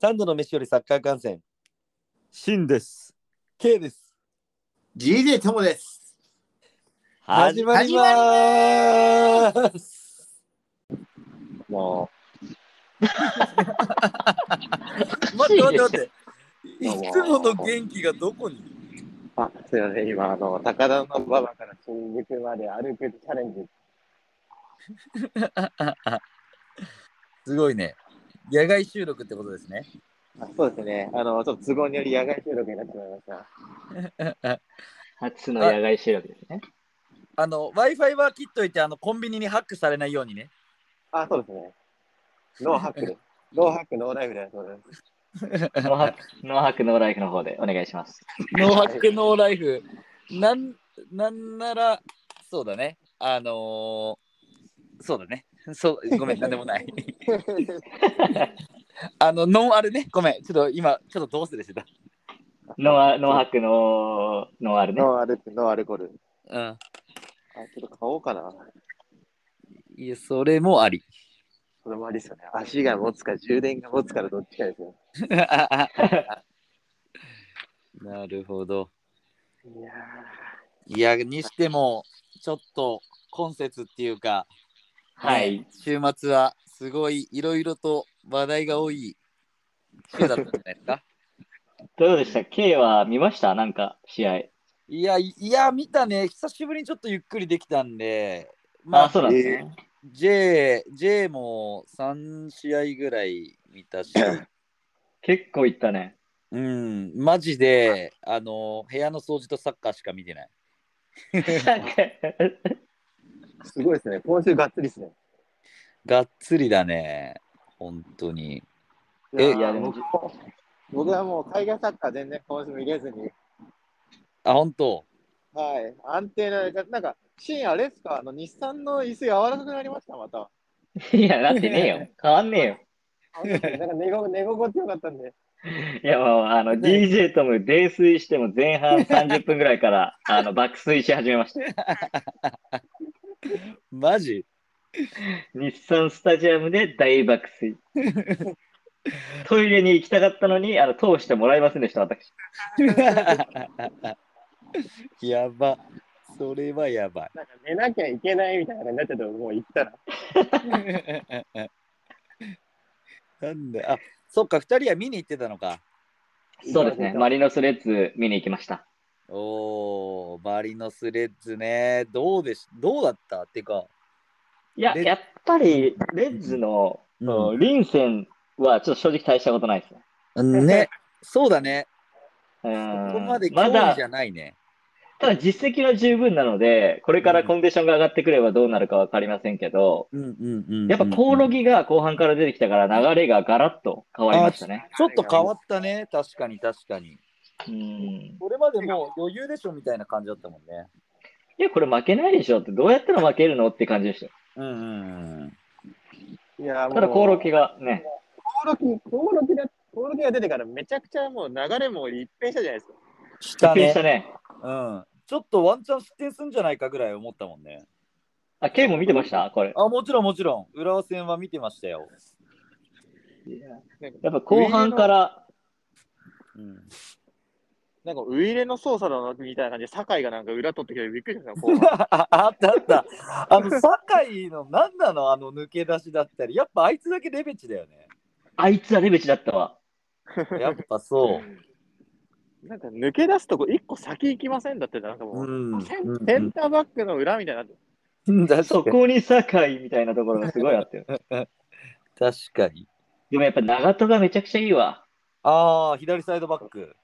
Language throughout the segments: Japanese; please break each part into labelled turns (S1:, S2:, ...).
S1: 三度の飯よりサッカー観戦
S2: シンです。
S1: K です。
S3: GJ ともです。
S1: 始まりまーす。
S4: もう。
S1: 待って待って待 って。い
S4: い
S1: つ
S4: や
S1: もの元気がどこに？
S4: あ、すいません、今、あの、高田の馬場から新宿まで歩くチャレンジ。
S1: すごいね。野外収録ってことですね。
S4: あそうですね、あの、ちょっと都合により野外収録になってしまいました。
S5: 初の野外収録ですね。
S2: あの、Wi-Fi は切っといて、あの、コンビニにハックされないようにね。
S4: あ、そうですね。ノーハックです。ノーハック、ノーライブでそうです。
S5: ノーハック、ノーハックノーライフの方でお願いします。
S2: ノーハックノーライフ。なん、なんなら、そうだね。あのーそうだね。そう、ごめん、なんでもない。 あの、ノンあれね。ごめん、ちょっと今、ちょっとどうすれしてた。
S5: ノーアノーハックのノーアルね。
S4: ノーアルコール、ノーアルコール。
S2: うん。
S4: あ、ちょっと買おうかな。
S2: いや、それもあり。
S4: それもありですよね。足が持つか、充電が持つからどっちかですよ。
S2: なるほど。
S4: いや
S2: いや、にしても、ちょっと、今節っていうか、
S5: はい。
S2: 週末はすごいいろいろと話題が多い週だったんじゃないですか
S5: どうでした ?K は見ましたなんか試合。
S2: いやいいや見たね久しぶりにちょっとゆっくりできたんでま
S5: あ
S2: あ
S5: そうなんですね。
S2: J, J も3試合ぐらい見たし
S5: 結構いったね。
S2: うんマジであの部屋の掃除とサッカーしか見てない
S4: ーすごいですね。今週がっつりですね。
S2: がっつりだね本当にえ
S4: いやー、僕僕はもう海外サッカー全然今週見れずに、
S2: あ本当
S4: はい、安定な、なんか、シーンあれですかあの、日産の椅子柔らかくなりました、また。
S5: いや、なってねえよ。変わんねえよ。
S4: なんか寝ご寝心地よかったんで。
S5: いや、もう、あの、DJ とも泥酔しても前半30分ぐらいから、あの、爆睡し始めました。
S2: マジ
S5: 日産スタジアムで大爆睡。トイレに行きたかったのに、あの、通してもらえませんでした、私。
S2: やばそれはやばい
S4: なんか寝なきゃいけないみたいな感じになっちゃって、もう行ったら。
S2: なんで、あそっか、2人は見に行ってたのか。
S5: そうですね。マリノスレッズ見に行きました。
S2: おー、マリノスレッズね、どうでし、どうだったっていうか、
S5: いや、
S2: レ
S5: やっぱり、レッズの、
S2: う
S5: うんん、リンセンは、ちょっと正直大したことないですね。
S2: ね、そうだね、
S5: うん
S2: ここまで
S5: ま
S2: 興味
S5: だ
S2: じ、ゃないね。
S5: ただ実績は十分なので、これからコンディションが上がってくればどうなるかわかりませんけど、
S2: うんうんうんうん
S5: やっぱコオロギが後半から出てきたから流れがガラッと変わりましたね。
S2: ちょっと変わったね、確かに確かに。
S5: うん。
S2: これまでもう余裕でしょみたいな感じだったもんね。
S5: いや、これ負けないでしょって、どうやったら負けるのって感じでしたよ。
S2: うんうんうん。
S4: いやー、もう
S5: ただコオロギがね、
S4: コオロギ、コオロギだ、コオロギが出てからめちゃくちゃもう流れも一変したじゃないですか。
S2: した
S5: びっくりし
S2: ね。
S5: たね。
S2: うん。ちょっとワンチャン失点するんじゃないかぐらい思ったもんね。
S5: あ、ケイも見てましたこれ。
S2: あ、もちろんもちろん。浦和戦は見てましたよ。
S5: やっぱ後半から、
S2: うん
S4: なんかウイレの操作だなみたいな感じで、酒井がなんか裏取ってきてびっくりした こう
S2: ああったあった。あの、酒井の何なのあの抜け出しだったり。やっぱあいつだけレベチだよね。
S5: あいつはレベチだったわ。
S2: やっぱそう。
S4: なんか抜け出すとこ一個先行きませんだって、なんかもう、
S2: うん。
S4: センセンターバックの裏みたいになって。
S2: うん確
S5: そ
S2: かに
S5: こに酒井みたいなところがすごいあってる。
S2: 確かに。
S5: でもやっぱ長戸がめちゃくちゃいいわ。
S2: ああ、左サイドバック。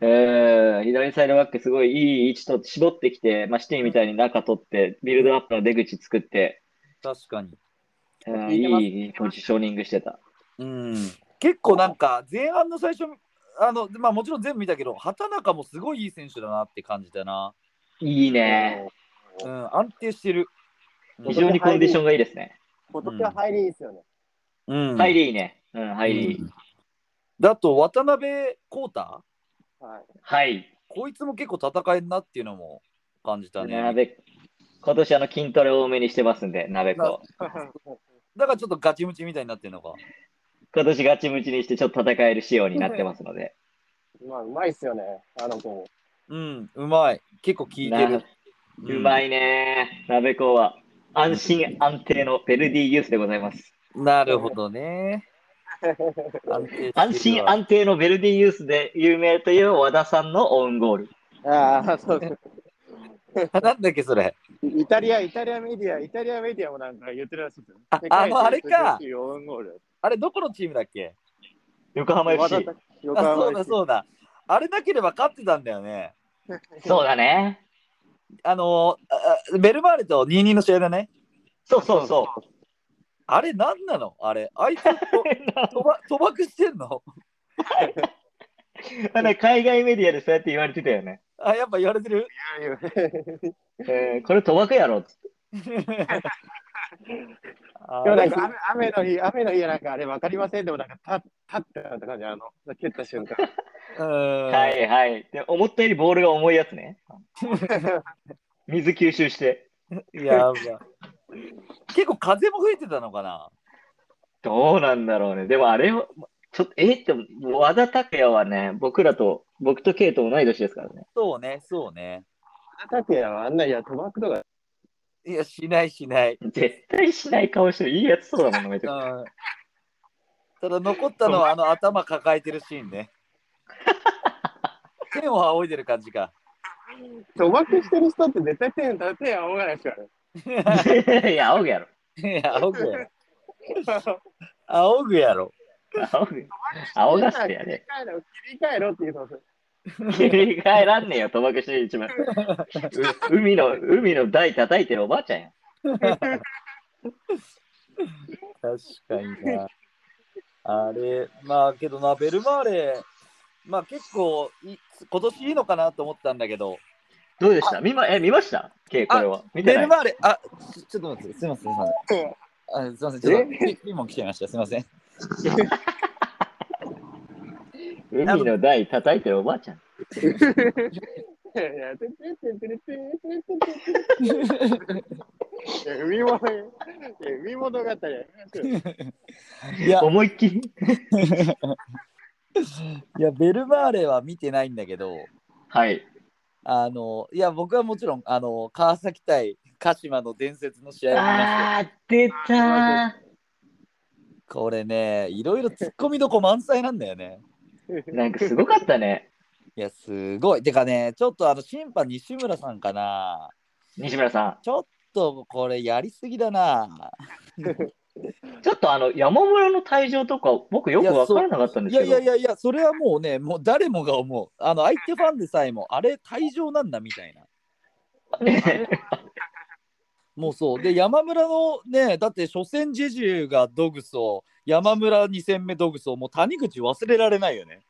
S5: えー、左サイドバックすごいいい位置と絞ってきて、まあ、シティみたいに中取って、ビルドアップの出口作って、
S2: 確かに。
S5: うん
S4: 聞いてます
S5: いいポジショニングしてた。
S2: うん。結構なんか、前半の最初、あの、まあもちろん全部見たけど、畑中もすごいいい選手だなって感じだな。
S5: いいね。
S2: うん、安定してる。うん
S5: 非常にコンディションがいいですね。
S4: 今
S2: 年は
S4: 入りいいですよね。
S2: うん
S5: 入りいいね。うん、入りいい。
S2: うんだと、渡辺康太
S4: はい。
S5: はい。
S2: こいつも結構戦えんなっていうのも感じたね。
S5: 鍋、今年あの筋トレ多めにしてますんで、鍋子。
S2: だからちょっとガチムチみたいになってるのか。
S5: 今年ガチムチにしてちょっと戦える仕様になってますので。
S4: まあ、うまいっすよね、あの子。
S2: うん、うまい。結構効いてる。
S5: うまいね鍋子は。安心安定のベルディユースでございます。
S2: うん。なるほど ね。安定してるわ
S5: 安心安定のベルディユースで有名という和田さんのオウンゴール。
S1: ああ、そうそう。
S2: なんだっけ、それ。
S1: イタリア、イタリアメディア、イタリアメディアもなんか言ってるらしいですよ。
S2: あ
S1: 世界
S2: あのあれか
S1: 女子オウンゴール
S2: あれ、どこのチームだっけ
S5: 横浜
S1: わざ
S5: FC
S1: と。横
S2: あ、
S1: 浜
S2: そ
S1: の
S2: うだ、そうだ。あれなければ勝ってたんだよね。
S5: そうだね。
S2: あのーああベルマーレと22の試合だね。
S5: そうそうそ
S2: あれ、なんなのあれ、あ いつ、と賭博賭博してんの
S5: う。なんか海外メディアでそうやって言われてたよね。
S2: あ、やっぱ言われてる
S5: えーこれ賭博やろっつって。
S2: あ
S1: でも
S2: ー
S1: なんか雨雨の日、雨の日はなんかあれ分かりませんでもなんか立立ってなった感じ、あの、蹴った瞬間。
S2: うん
S5: はいはい。で、思ったよりボールが重いやつ ね。水吸収して。
S2: いやばい結構風も吹いてたのかな
S5: どうなんだろうね。でもあれを、ちょっと、えーって、和田拓也はね、僕らと、僕と K と同い年ですからね。
S2: そうね、そうね。
S1: 拓也はあんな、いや、賭博とか。
S2: いや、しないし ない。
S5: 絶対しない顔してる。いいやつそうだもんね、めち
S2: う
S5: ゃくちゃ
S2: ん、ただ残ったのはあの頭抱えてるシーン ね。天を仰いでる感じか。
S1: 賭博してる人って絶対手に立てや仰がないですからね。
S5: いや、仰ぐやろ。
S2: いや仰ぐやろ。 仰ぐやろ。
S5: 仰ぐ。仰がしてやれ。
S1: 切り替えろ、切り替えろって言うそうです。
S5: 切り替えらんねえよ、賭博して一 番。う海の、海の台叩いてるおばあちゃんや。
S2: 確かにな。あれ、まあけどな、ベルマーレ、まあ結構い今年いいのかなと思ったんだけど、
S5: どうでした見ま、え、見ました ?K、これは。見て
S2: ベル
S5: ない
S2: マーレ、あちょちょっと待って、すみません、すみません。あすみません、ちょっとピピンも来ちゃいました、すみません。
S5: 海の台叩いてるおばあちゃん。
S1: いやいや、てってってってってってって。海物、海物語やりましょ
S2: いや、
S5: 思いっきり。
S2: いやベルマーレは見てないんだけど、
S5: はい。
S2: あの、いや、僕はもちろん、あの、川崎対鹿島の伝説の試合を見ましたよ
S5: あー、出たー。
S2: これね、いろいろ突っ込みどこ満載なんだよね。
S5: なんかすごかったね。
S2: いや、すごい。てかね、ちょっとあの、審判西村さんかな。
S5: 西村さ
S2: ちょっとこれやりすぎだな。
S5: ん。ちょっとあの、山村の退場とか、僕よくわからなかったんで
S2: い
S5: す
S2: や
S5: け
S2: いや
S5: ど
S2: い。やいや、それはもうね、もう誰もが思う。あの、相手ファンでさえも、あれ退場なんだみたいな。
S5: ね
S2: もうそう。で、山村のね、だって初戦ジェジュがドグソ、山村2戦目ドグソ、もう谷口忘れられないよ ね。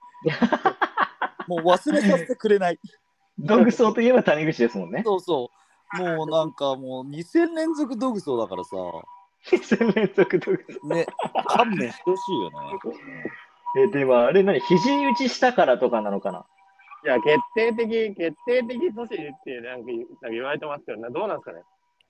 S2: もう忘れさせてくれない。
S5: 独走といえば谷口ですもんね。
S2: そうそう。もうなんかもう2戦連続ドグソだからさ、
S5: 連続独走
S2: ね、勘弁してほしいよね。
S5: え、でもあれ何肘打ちしたからとかなのかな
S1: う。いや、決定的、決定的阻止ってなんか言なんか言われてますけど、などうなんですかね。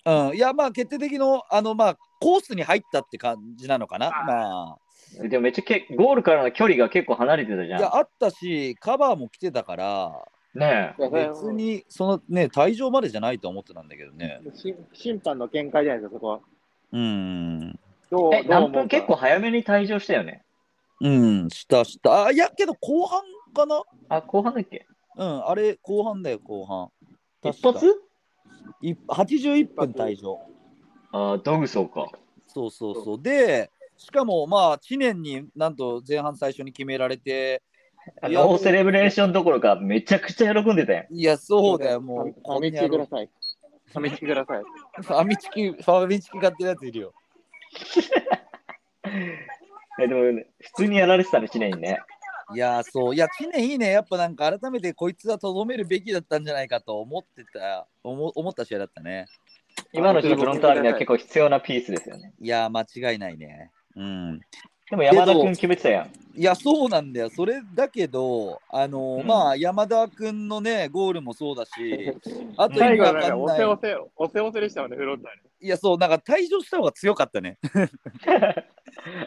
S2: うん、いやまあ決定的のあのまあコースに入ったって感じなのかなま
S5: でもめっちゃけゴールからの距離が結構離れてたじ
S2: あ
S5: ゃ
S2: い
S5: ん。
S2: やあったしカバーも来てたから
S5: ね
S2: 別にそのね退場までじゃないと思ってたんだけどね
S1: し審判の見解じゃないですか、そこは。
S2: うん
S1: どう、
S5: え。え、
S1: どう
S5: 何
S1: 思う
S5: 分
S1: か
S5: 結構早めに退場したよね。
S2: うんしたしたあいやけど後半かな
S5: あ、後半だっけ
S2: うんあれ後半だよ後半
S5: 一
S2: 確か
S5: 発
S2: い81分退場
S5: あー、ドグソか。
S2: そうそうそうでしかもまあ知念になんと前半最初に決められて
S5: あ
S2: いや
S5: ノーセレブレーションどころかめちゃくちゃ喜んでたやん。
S2: いやそうだよもう
S1: ファミチキください。ファミチキください。
S2: ファミチキ、ファミチキ買ってるやついるよ。
S5: え、でも、ね、普通にやられてたね、知念にね。
S2: いやー、そう。いや、知念いいね。やっぱなんか改めてこいつはとどめるべきだったんじゃないかと思ってた、思思った試合だったね。
S5: 今のフロンターレには結構必要なピースですよね。
S2: いやー、間違いないね。うん。
S5: でも山田君決めてたやん。
S2: いや、そうなんだよ。それだけど、あの、
S5: うん
S2: まあ、山田君のね、ゴールもそうだし、あと
S1: 最
S2: 今わ
S1: 後なん
S2: か
S1: か
S2: ん
S1: お
S2: な
S1: せ
S2: い。
S1: おせ、おせおせでしたよね、フロンターレ。
S2: いや、そう、なんか退場した方が強かったね。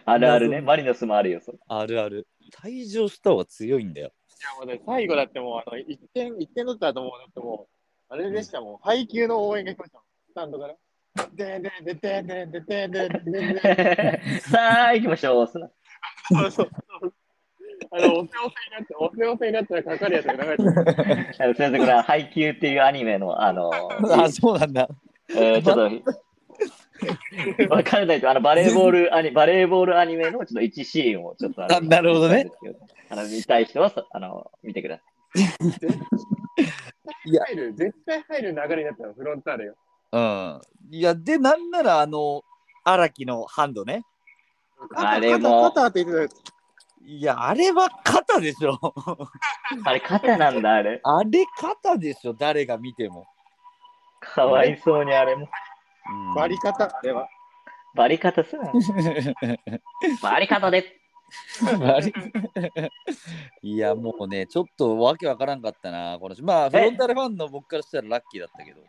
S5: あるある
S2: な
S5: ね。
S2: るほど
S5: マリノスもあるよ。それ
S2: あるある。退場した方が強いんだよ。
S1: もうね最後だってもう、あの、1点、一点取ったと思う。だってもう、あれでしたもん。配球の応援が来ましたもん。スタンドから。でんでんでんでんでんでんでんでんでんでんでん
S5: さあ、行きましょう。そんな
S1: そうそうそうあの、おせおせになって、おせおせになったらかかるやつが流れてる。
S5: あの先生、これは「配給」っていうアニメの、あの、
S2: あ、そうなんだ。
S5: えーちょっ と、わからないと、あの、バレーボールアニ、バレーボールアニメのちょっと1シーンをちょっとあの
S2: あなるほどね。
S5: あの、見たい人は、そあの、見てくださ
S1: 入る、絶対入る流れになったの、フロンターレが。
S2: うん。いや、で、なんなら、あの、荒木のハンドね。
S5: あれも
S1: 肩肩って言ってた
S2: いや、あれは肩でしょ。
S5: い。あれ、肩なんだ、あれ。
S2: あれ肩でしょ、誰が見ても。
S5: かわいそうに、あれも。
S2: うん
S1: バリ方、あれは。
S5: バリ方さ、バリ方で。
S2: 割りいや、もうね、ちょっとわけわからんかったな、このまあ、フロンターレファンの僕からしたらラッキーだったけど。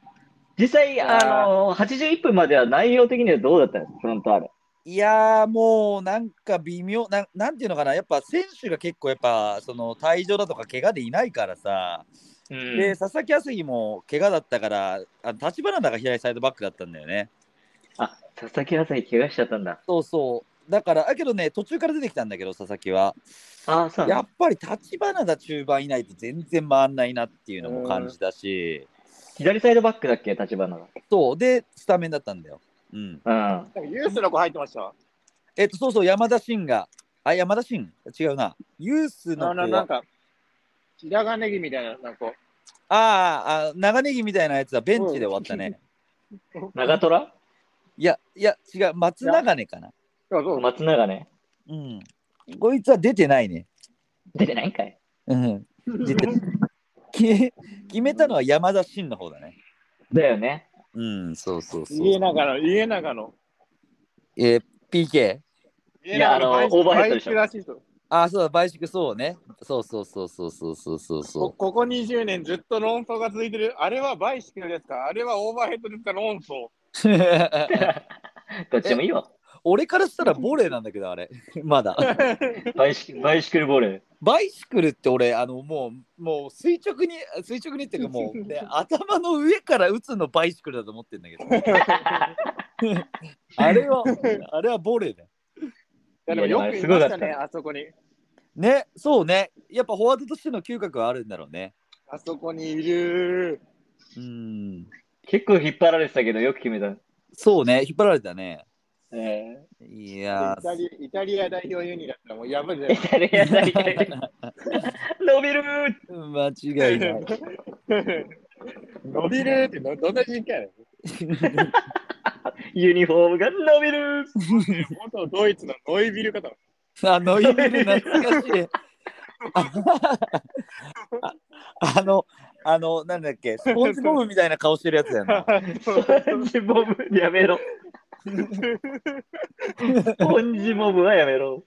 S5: 実際、あの、81分までは内容的にはどうだったんですか、フロントある。
S2: いやー、もうなんか微妙な、なんていうのかな、やっぱ選手が結構、やっぱその退場だとか、怪我でいないからさ、で、佐々木康樹も怪我だったから、あの立花が左サイドバックだったんだよね。
S5: あ、佐々木朝日怪我しちゃったんだ。
S2: そうそう。だから、だけどね、途中から出てきたんだけど、佐々木は。
S5: あ、そう
S2: や
S5: な
S2: っぱり立花だ中盤いないと全然回んないなっていうのも感じたし、
S5: 左サイドバックだっけ、立花が。
S2: そう、で、スタメンだったんだよ。うん。
S5: うん。
S1: なんかユースの子入ってました。
S2: えっと、そうそう、山田慎が。あ、山田慎違うな。ユースの
S1: あ
S2: 子
S1: の、なんか、白髪ネギみたいな、なんか、
S2: あーあ、長ネギみたいなやつはベンチで終わったね。
S5: 長虎
S2: いや、いや、違う、松永根かな。
S1: そうそう
S5: 松永ね。
S2: うん。こいつは出てないね。
S5: 出てないんかい。
S2: うん。出 て決決めたのは山田慎の方だね。
S5: だよね。
S2: うん、そうそうそう。
S1: 家長の、家長の。
S2: えー PK?
S1: い
S5: やあのオーバーヘッドでしょ
S1: らしいと
S2: あー、そうだ、倍縮そうね。そうそうそうそうそうそうそう
S1: こ
S2: そ
S1: ここ20年ずっと論争が続いてる。あれはバイシクルですかあれはオーバーヘッドですか論争。
S2: う。
S5: どっちでもいいわ。
S2: 俺からしたらボレーなんだけど、あれ。 まだ。
S5: バイシバイシクルボール。
S2: バイシクルって俺あのもうもう垂直に垂直にっていうかもう、ね、頭の上から打つのバイシクルだと思ってんだけどあれはあれはボレーだよ
S1: いやでもよく言いましたね、あそこに。
S2: ねそうねやっぱフォワードとしての嗅覚はあるんだろうね
S1: あそこにいる。
S2: うん
S5: 結構引っ張られてたけど、よく決めた。
S2: そうね引っ張られたね
S5: え
S2: い
S1: イ
S2: や
S1: タリイタリア代表ユニだったらもうやばいじゃない
S5: ー、イタリア大会で 伸びる
S2: ー間違いない
S1: 伸びるってどどんな人気やねん。
S5: ユニフォームが伸びる
S1: 元ドイツのノイビル方。
S2: あのイベル懐かしいあああのあのなんだっけスポンジボブみたいな顔してるやつだよな
S5: スポンジボブやめろ。スポンジボブはやめろ。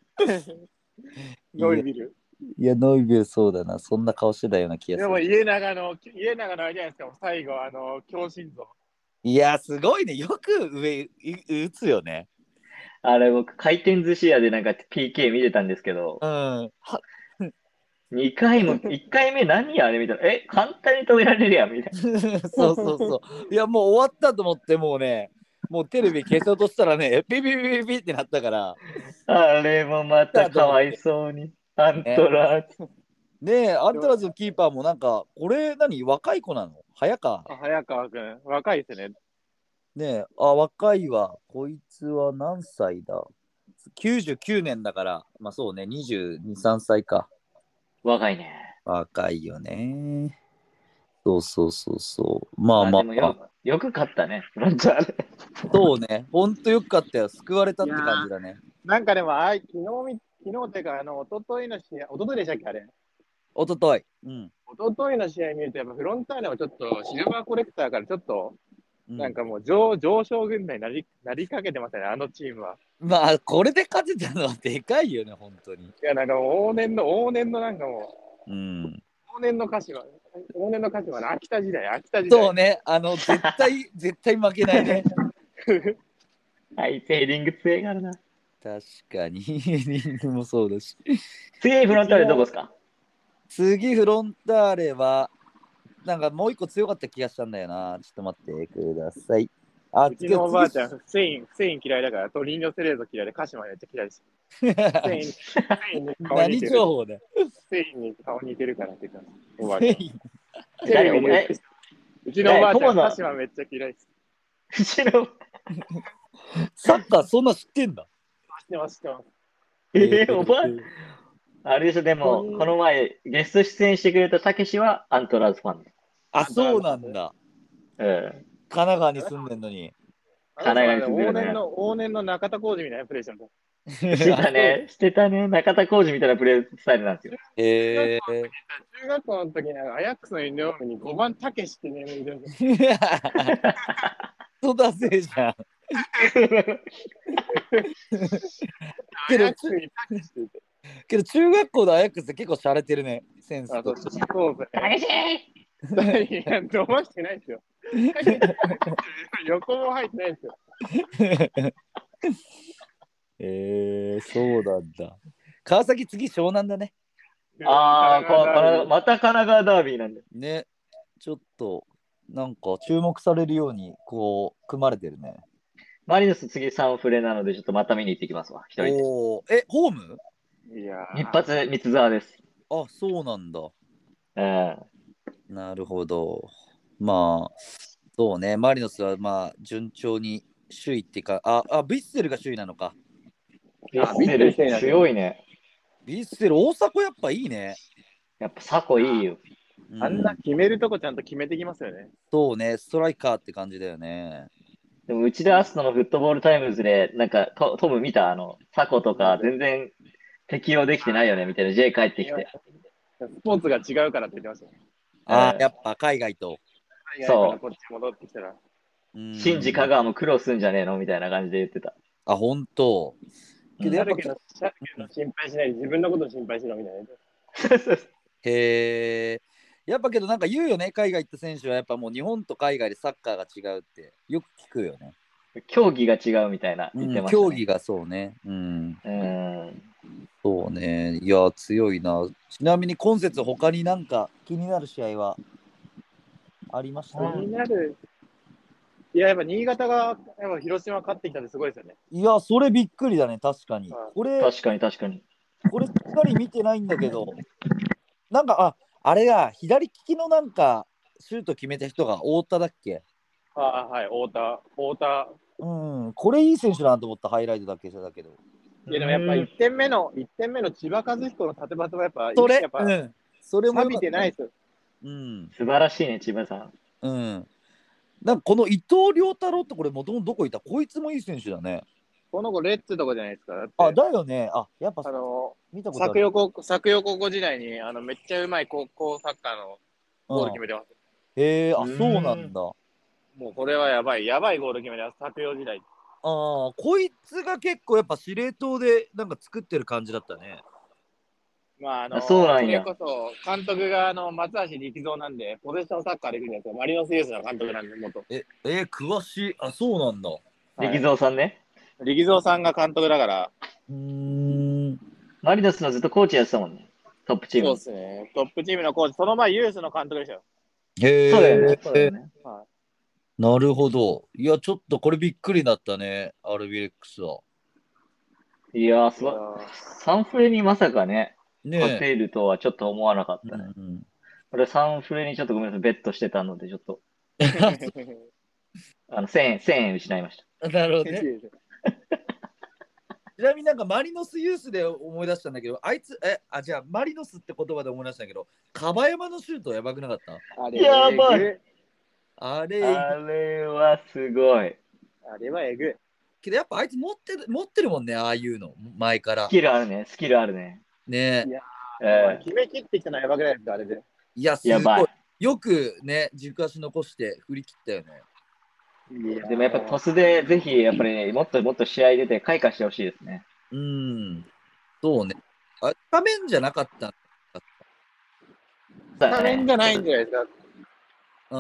S1: ノイビル。
S2: いや、ノイビューそうだな。そんな顔してたような気が
S1: ですも
S2: る。
S1: 家長の、家長のあれじゃないですか、最後、あの、強心臓。
S2: いや、すごいね。よく上、い打つよね。
S5: あれ、僕、回転寿司屋でなんか PK 見てたんですけど、
S2: うん。は
S5: 2回 も、1回目何やあれみたいな。え、簡単に止められるやんみたいな。
S2: そうそうそう。いや、もう終わったと思って、もうね、もうテレビ消そうとしたらね、ピピピピピってなったから、
S5: あれもまたかわいそうに。アントラーズ
S2: ねえ、アントラーズのキーパーもなんか、これ何、若い子なの早か。
S1: あ早川くん、若いですね。
S2: ねえ、あ、若いわ。こいつは何歳だ ?99 年だから、まあそうね、22、3歳か。
S5: 若いね。
S2: 若いよね。そうそうそうそう。まあ
S5: あ
S2: まあ、
S5: でもよよく勝ったね。フロンターレ
S2: そうね。ほんとよかったよ。救われたって感じだね。
S1: なんかでも、あい昨日み、昨日っていうか、あの、一昨日の試合、一昨日でしたっけ、あれ。
S2: おととい。うん。
S1: 一昨日の試合見ると、やっぱフロンターレはちょっと、シルバーコレクターからちょっと、
S2: う
S1: なんかもう上上昇軍団になりなりかけてましたね、あのチームは。
S2: まあこれで勝てたのはでかいよね本当に。
S1: いや、なんかもう往年の、往年のなんかも
S2: うん、
S1: う、往年の鹿島、往年の鹿島の秋田時代、秋田時代。
S2: そうねあの絶対 絶対負けないね。
S5: はい、セーリング強いからな。
S2: 確かに リングもそうだし。
S5: 次、フロンターレどこですか
S2: 次フロンターレはなんかもう一個強かった気がしたんだよな。ちょっと待ってください。あ
S1: うちのおばあちゃん、
S2: 次
S1: スペイン、スペイン嫌いだから、トリーニョセレーゾ嫌いで、鹿島めっちゃ嫌いです。 スペイン、スペインに顔
S2: 何
S1: 似てる
S2: 情。報だよ。
S1: スペインに顔似てるからって言ったのおばあちゃん
S2: い
S1: テレビで言ってたうちのおばあち
S5: え
S1: ゃ
S5: 友
S1: ん、
S5: 野
S1: 鹿島めっちゃ嫌いです。
S5: 後ろ。
S2: サッカーそんな知ってんだ。
S1: 知ってます、知ってます。
S5: えー、おばあれでしょ、でも
S1: う、ん
S5: この前、ゲスト出演してくれたたけしはアントラーズファンで。
S2: あそうなんだ。
S5: うん。
S2: 神奈川に住んでんのに。
S5: 神奈川に住んで
S1: 往
S5: るね
S1: 年の、往年の中田浩二みたいなプレーしてます。
S5: してたね、してたね。中田浩二みたいなプレースタイルなんですよ。
S2: え
S1: 中学校の時にアヤックスのユニフォームに5番たけしってネーミングで
S2: ー、そうだせいじゃん。
S1: ア
S2: け
S1: ヤ
S2: ど
S1: ックスにたけしって言って。
S2: けど中学校でアヤックスって結構洒落てるね、センス
S1: あ、そ
S2: と
S1: う、。女子高生。
S5: たけし
S1: いや、伸ばしてないですよ。横も入ってないですよ。
S2: えー、そうなんだ。川崎次湘南だね。
S5: ああ、ここのまた神奈川ダービーなんだ。
S2: ね、ちょっとなんか注目されるようにこう組まれてるね。
S5: マリノス次サンフレなので、ちょっとまた見に行ってきますわ、一人で。
S2: おお、え、ホーム
S1: いやー
S5: 一発、三沢です。
S2: あ、そうなんだ。
S5: うん。
S2: なるほど。まあ、そうね、マリノスはまあ順調に首位っていうか、あ、あ、ヴィッセルが首位なのか。
S5: ヴィッセル強いね。
S2: ヴィッセル、大迫やっぱいいね。
S5: やっぱサコいいよ。
S2: うん
S1: あんな決めるとこちゃんと決めてきますよね。
S2: そうね、ストライカーって感じだよね。
S5: でもうちでアストのフットボールタイムズで、なんかトトム見たあの、サコとか全然適用できてないよねみたいな J 帰ってきて。
S1: スポーツが違うからって言ってましたよ。
S2: あ
S5: う
S2: ー
S5: ん
S2: やっぱ海外と。
S1: 海外からこっち戻ってきたら。
S2: うん
S5: シンジ香川も苦労すんじゃねえのみたいな感じで言っ てた。
S2: あ、本当。けどやっぱ
S1: シャルケのシャルケの心配しないで自分のこと心配しろみたいな。
S2: へえ。やっぱけどなんか言うよね、海外行った選手はやっぱもう日本と海外でサッカーが違うってよく聞くよね。
S5: 競技が違うみたいな言って
S2: うん
S5: ました、ね。
S2: 競技がそうね。うん。
S5: うん。
S2: そうね。いや、強いな。ちなみに今節他になんか気になる試合はありました、
S1: 気になる。いや、やっぱ新潟が、やっぱ広島勝ってきたんですごいですよね。
S2: いや、それびっくりだね、確かに
S1: は。い
S2: これ、
S5: 確かに確かに。
S2: これしっかり見てないんだけど、なんか、あ、あれが左利きのなんかシュート決めた人が太田だっけ
S1: ああ、はい、太田、太田。
S2: うん、これいい選手だなと思った、ハイライトだけだけど。
S1: いや、でもやっぱ1点目の、一点目の千葉和彦の縦パスはやっぱ、
S2: それ
S1: やっ、ぱ、
S2: うん、それも良か
S1: 錆びてないですよ。
S2: うん、
S5: 素晴らしいね、千葉さん。
S2: うん。なんかこの伊藤良太郎ってこれ元々どこいたこいつもいい選手だね。
S1: この子、レッツとかじゃないですか。だって
S2: あ、だよね。あ、やっぱ
S1: あの、
S2: 見たことあ
S1: 作
S2: る。
S1: 陽高校、作陽高校時代に、あの、めっちゃうまい高校サッカーのゴール決めてます。
S2: うんへえ、あ、そうなんだ。あ
S1: もうこれはやばい、やばいゴール決めてます。作陽時代。
S2: あー、こいつが結構やっぱ司令塔でなんか作ってる感じだったね。
S1: まあ、あの、
S5: あそうなんや
S1: それこそ、監督が、あの、松橋力蔵なんで、ポゼッションサッカーできるんですよ。マリノスユースの監督なんで、元。
S2: え、えー詳しい。あ、そうなんだ。
S5: 力蔵さんね。
S1: 力蔵さんが監督だから、
S2: うーん。
S5: マリノスのずっとコーチやってたもんね。トップチーム
S1: そう
S5: の。
S1: ですね。トップチームのコーチ、その前、ユースの監督でしたよ。
S2: へえ。
S5: そうだよね。そうだよね。
S2: なるほど。いや、ちょっとこれびっくりだったね、アルビレックスは。
S5: いやー、すばサンフレにまさかね、勝
S2: ねえ。
S5: てるとはちょっと思わなかっ
S2: う
S5: たね。
S2: ん
S5: 俺、サンフレにちょっとごめんなさい、ベットしてたので、ちょっ と、 あの、1000円、1000円失いました。
S2: うん、なるほどね。ちなみになんかマリノスユースで思い出したんだけど、あいつ、え、あ、じゃあマリノスって言葉で思い出したんだけど、カバヤマのシュートやばくなかった
S1: あれ
S5: やばい。
S2: あれ、
S5: あれはすごい。
S1: あれはえぐい。
S2: けどやっぱあいつ持ってる、持ってるもんね、ああいうの、前から
S5: ス。キルあるね、スキルあるね。
S2: ね
S1: いや
S5: え
S1: 決め切ってきたのはやばくないですか、あれで。
S2: いや、す
S5: やば
S2: ご
S5: い
S2: い。よくね、軸足残して振り切ったよね。
S5: でもやっぱ鳥栖でぜひ、やっぱり、ね、もっともっと試合出て開花してほしいですね。
S2: うん。そうね。あ、スタメンじゃなかった。うん。
S5: そう
S1: スタ
S5: だ
S1: メン
S5: ね。
S1: じゃないんじゃないですか。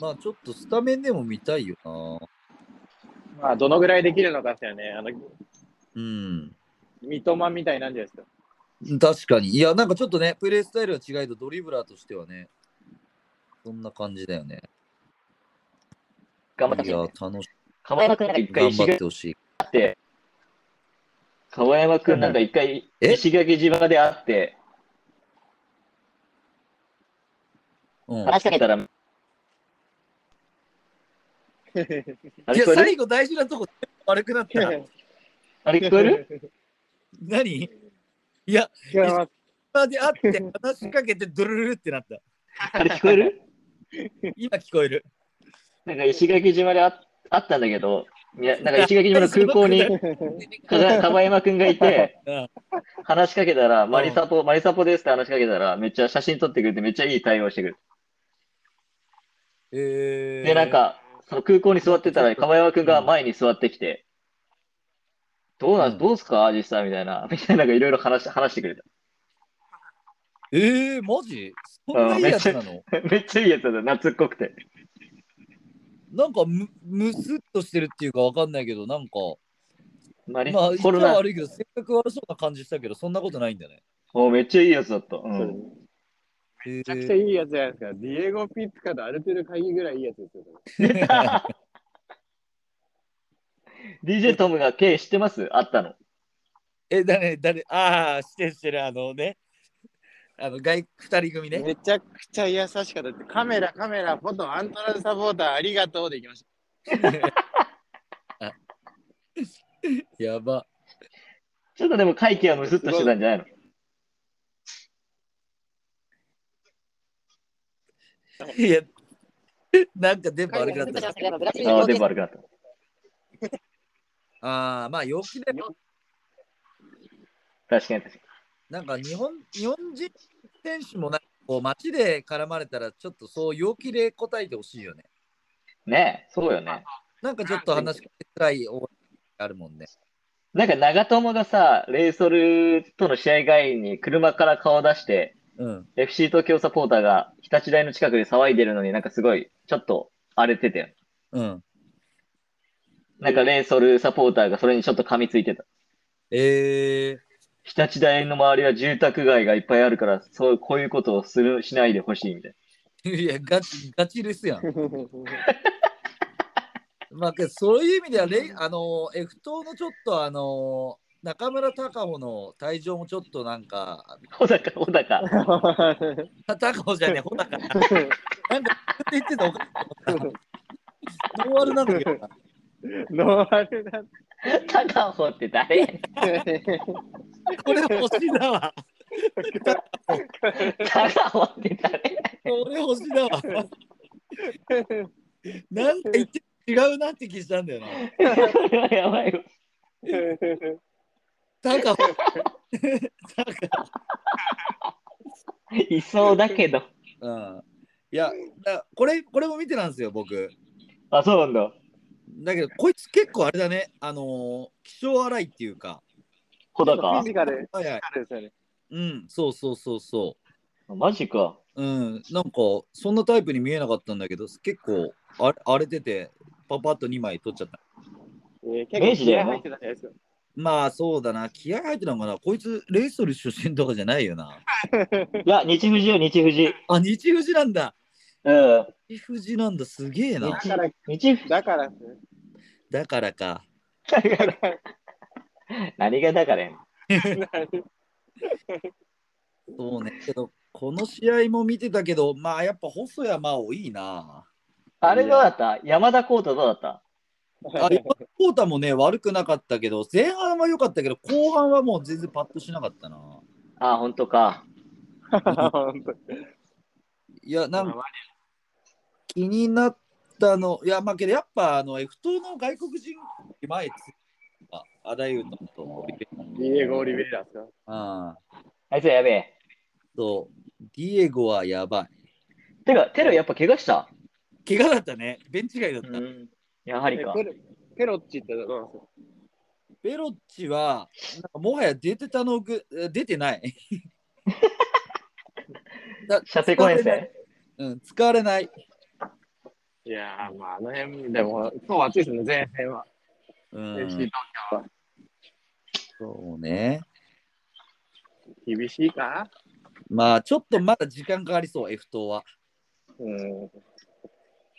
S2: まあちょっとスタメンでも見たいよな。
S1: まあ、どのぐらいできるのかですよね。あの、
S2: うん。
S1: 三笘みたいなんじゃないですか。
S2: 確かに。いや、なんかちょっとね、プレースタイルは違いど、ドリブラーとしてはね、そんな感じだよね。
S5: 頑張って
S2: いや、楽し
S5: 鎌山くんなんか一回
S2: 頑
S5: 石
S2: 張っ
S5: 垣、
S2: てほしい。
S5: 鎌山くんなんか一回
S2: え
S5: 石垣島で会って、
S2: うん。
S5: 話しかけたら、
S2: いや、
S5: あれ聞こえ
S2: 最
S5: る
S2: 後大事なとこ悪くな った。
S5: あれ聞こ える
S2: 何いや、
S1: 違います。
S2: まで会って話しかけてドゥルルルってな った。
S5: あれ聞こえる
S2: 今聞こえる。
S5: なんか石垣島でああったんだけど、いやなんか石垣島の空港にかがかばやまくんがいて
S2: うん、
S5: 話しかけたら、マリサポ、マリサポですって話しかけたら、めっちゃ写真撮ってくれて、めっちゃいい対応してくれて。
S2: えー、
S5: で、なんか、その空港に座ってたら、かばやまくんが前に座ってきて、どうな
S2: うん
S5: ん、どうすか実際みたいな、み たいな、なんかいろいろ話し話してくれた。
S2: えー、マジそんないいやつなの
S5: めっちゃいいやつだった、夏っこくて。
S2: なんかむ、むすっとしてるっていうかわかんないけど、なんか、
S5: マリ
S2: まあ、
S5: コ
S2: 言っ
S5: ロ
S2: ちゃ
S5: ナ、
S2: 悪いけど、性格悪そうな感じしたけど、そんなことないんだね。
S5: もうめっちゃいいやつだった。う。
S1: そうん
S2: め
S1: めちゃくちゃいいやつじゃないですか。ディエゴ・ピッツカとアルテル・カギぐらいいいやつですよ。
S5: DJ トムが K 知ってますあったの。
S2: え、誰、誰、ああ、してるしてる、あのね、あの、外、二人組ね。
S1: めちゃくちゃ優しかったです。カメラ、カメラ、フォト、アントラーズサポーター、ありがとうでいきまし
S2: やば。
S5: ちょっとでも会計はムスッとしてたんじゃないの
S2: いや、なんか電波悪くなったし。
S5: ああー、でも悪くなった。
S2: ああ、まあ、陽気だよ。
S5: 確かに確か
S2: なんか日本日本人選手もなんかこう街で絡まれたらちょっとそう陽気で答えてほしいよね。
S5: に。ねえ、そうよね。
S2: なんかちょっと話しかけづらい応援があるもんね。
S5: なんか長友がさ、レイソルとの試合外に車から顔を出して、
S2: うん。
S5: FC 東京サポーターが日立大の近くで騒いでるのになんかすごい、ちょっと荒れてたよ。
S2: うん。
S5: なんかレイソルサポーターがそれにちょっと噛みついてた。
S2: えー、
S5: 日立大の周りは住宅街がいっぱいあるから、そう、こういうことをする、しないでほしいみたい
S2: いや、ガチ、ガチですやん。まあ、けどそういう意味ではレイ、あのー、F 党のちょっと、あのー中村隆穂の退場もちょっとなんか、
S5: な。小高、小高。
S2: た隆穂じゃねえ、ほなか。なんか、って言ってたおかしいと思った。ノーアルなんだけどな。
S1: ノーアルだっ
S5: 高穂って誰やねん
S1: て。
S2: これ欲しいだわ。
S5: 高穂って誰
S2: 俺星だわ。 なんか言って違うなって気したんだよな。
S5: これはやばいわ。
S2: なんか、
S5: いそうだけど。
S2: うん。いや、だこれ、これも見てなんですよ、僕。
S5: あ、そうなんだ。
S2: だけど、こいつ結構あれだね、あのー、気性荒いっていうか。
S5: 小
S1: フィ
S5: 高
S1: ジカル
S2: はいはい。
S1: ですよね。
S2: うん、そうそうそうそ
S5: マジか。
S2: う。うん、なんか、そんなタイプに見えなかったんだけど、結構、あれ荒れてて、パパッと2枚取っちゃった。
S1: えー、
S5: 明
S1: 結構
S5: 治だ
S1: 気
S5: よ
S1: 合
S5: な
S1: 入ってたじゃないですか。
S2: まあ、そうだな、気合入ってたのかな。こいつ、レイソル出身とかじゃないよな。
S5: いや、日富士よ、日富士。
S2: あ、日富士なんだ。
S5: うん。
S2: 日富士なんだ、すげえな。
S1: だから、
S5: 日富
S1: だからですね。
S2: だからか。
S5: 士だから。何がだからやねん
S2: そうね。けど、この試合も見てたけど、まあやっぱ細谷真央いいな。
S5: あれどうだった山田コートどうだった
S2: あ、やっぱコータもね、悪くなかったけど、前半は良かったけど、後半はもう全然パッとしなかったな。
S5: あ、ほんとか。
S1: 本当
S2: いや、なんか気になったの、いや、まあけどやっぱあの F 党の外国人前つあ、アダユータとオリベイラ
S1: ディエゴ・オリベイラですか。
S2: ああ
S5: あいつらやべえ。
S2: と、ディエゴはやばい。
S5: てか、テルやっぱ怪我した
S2: 怪我だったね。ベンチ外だった。
S5: うん。やはり
S1: え
S5: か。
S1: ペロペロッチってどうなんですか
S2: ベロッチは、なんかもはや出てたのぐ、え出て ない。だ
S5: シャテコエンセ。
S2: うん、使われない。
S1: いやー、まあ、あの辺、でも、今日暑いですね、前編は。
S2: う
S1: FC 東
S2: ん、そうね。
S1: 京厳しいか
S2: まあ、ちょっとまだ時間かかりそう、F 党は。
S1: うん。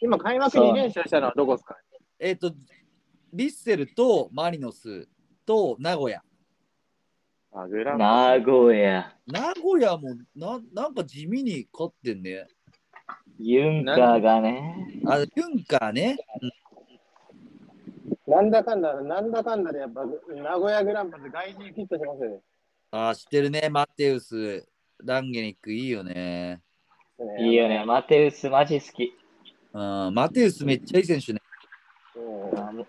S1: 今、開幕2連勝したのはどこですか
S2: えっ、と、ヴィッセルとマリノスと名古屋。
S1: あ、グラン
S5: 名古屋。
S2: 名古屋もななんか地味に勝ってんね。
S5: ユンカーがね。
S2: あ、ユンカーね。
S4: なんだかんだ、なんだかんだでやっぱ、名古屋グランパス外人ヒットしますよね。
S2: あ、知ってるね、マテウス。ランゲニックいいよね。
S5: いいよね。マテウス、マジ好き。
S2: うん、マテウスめっちゃいい選手ね。
S4: うん
S5: あも
S2: う、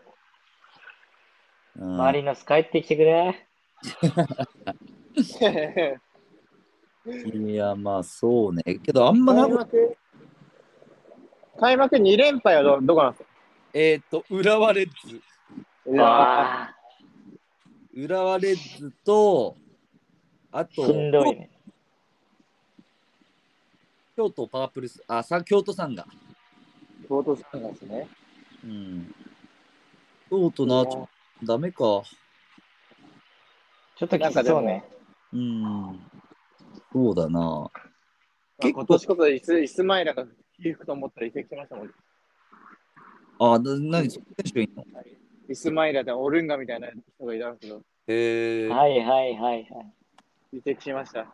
S5: うんマリノス帰ってきてくれ。
S2: いや、まあそうね。けど、あんま名
S4: 開
S2: 古屋
S4: 幕、
S1: 開幕2連敗はどどこなんですか
S2: えっ、と、浦和レッズ。
S4: いや
S5: あ
S2: 浦和レッズと、あ
S5: あ、
S2: と、
S5: しんどいね。
S2: 京都パープルス、あ、さ京都さんが。
S4: 京都さんなんですね。
S2: うん。京都な、ちょダメか。
S5: ちょっときつそうね。
S2: うん。そうだな。
S1: まあ
S2: 結構
S1: 今年こそイスイスマイラが起伏と思ったら移籍しましたもん。
S2: あ、な何、その選手いんの
S1: イスマイラでオルンガみたいな人がいたんですけど、
S2: へえ。
S5: はいはいはいはい。
S1: 移籍しました。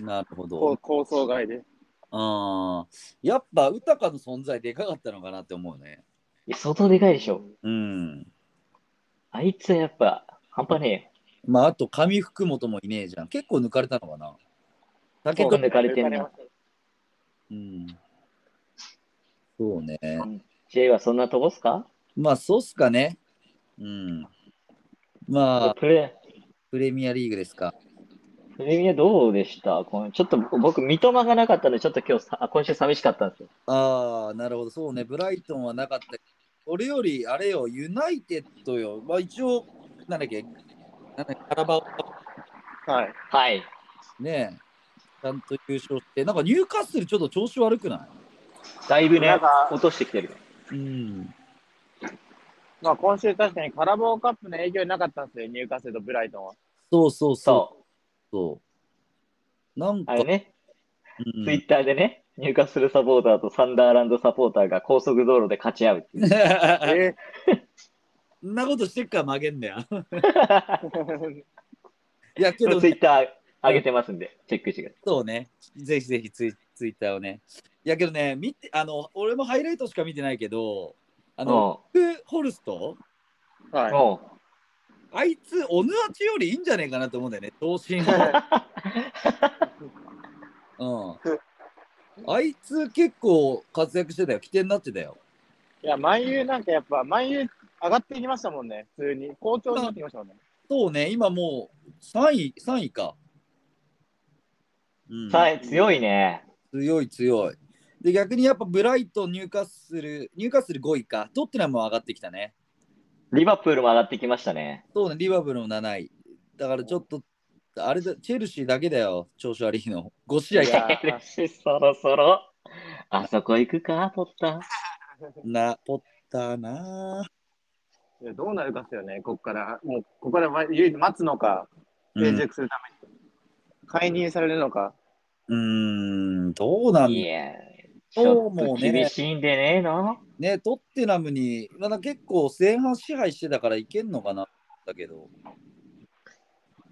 S2: なるほ
S1: こう
S2: ど。
S1: 構想外で。
S2: あーやっぱ、豊かの存在でかかったのかなって思うね。
S5: いや相当でかいでしょ。
S2: うん。
S5: あいつはやっぱ、半端ね
S2: まあ、あと、上福本もいねえじゃん。結構抜かれたのかな。だけ
S5: 結構
S2: ど、
S5: 抜かれてんな
S1: 抜かれまし
S2: うん。そうね。
S5: えよ。J はそんなとこっすか
S2: まあ、そうっすかね。うん。まあ、
S5: プレ
S2: プレミアリーグですか。
S5: プレミアどうでしたこのちょっと僕、三笘がなかったんで、ちょっと今日さ、あ今週寂しかったんですよ。
S2: ああ、なるほど。そうね。ブライトンはなかったけど。俺より、あれよ、ユナイテッドよ。まあ、一応、なんだっけ、なんだっけカラバオカップ
S1: たはい。
S5: はい。
S2: ねちゃんと優勝して、なんかニューカッスルちょっと調子悪くな
S5: だい
S1: な
S5: ぶね
S1: んか、
S5: 落としてきてる。
S2: いうん。
S1: まあ、今週確かにカラボーカップの影響なかったんですよ、ニューカッセルとブライトンは。
S2: そうそうそう。
S5: そう。
S2: そうなんか、
S5: あれね、
S2: うん
S5: ツイッターでね、入荷するサポーターとサンダーランドサポーターが高速道路で勝ち合う っていう。
S1: え
S2: そんなことしてっから曲げんだよ。
S1: ー
S2: いや、けど
S5: ツ、イッター上げてますんで、チェックしてくだ
S2: そうね。ぜひぜひツイツイッターをね。いや、けどね、見て、あの、俺もハイライトしか見てないけど、あ
S5: さい。
S2: の、
S5: も
S2: ホルスト
S5: う
S1: は
S5: も
S2: あいつ、オヌアチよりいいんじゃねえかなと思うんだよね、投身 も。うん。あいつ結構活躍してたよ、起点になってたよ。
S1: い。いや、万有なんかやっぱ、万有上がっていきましたもんね、普通に。好調になってきましたもんね。
S2: そうね、今もう3位、3位か。う
S5: う、
S2: ん、
S5: さえ強いね。
S2: 強い強い。で、逆にやっぱブライトン、入荷する、入荷する5位か。トッテナムも上がってきたね。
S5: リバプールも上がってきまし たね。
S2: そうね、リバブルも7位。だからちょっと、あれだ、チェルシーだけだよ、調子悪いの。5試合
S1: い
S2: か。
S1: や
S5: 嬉しいそろそろ。あそこ行くか、ポッタ
S2: な、ポッターなぁ。
S1: いやどうなるかっすよね、ここから。もう、ここからま唯一待つのか、
S2: う
S1: 定
S2: ん
S1: 着するために。解任されるのか。
S2: うーん、どうなんだ
S5: ー。いや、ち
S2: そう
S5: ょっ
S2: も
S5: と
S2: ね
S5: 厳しいんでねえの。
S2: ね、トッテナムに、まだ結構前半支配してたからいけんのかなだけど。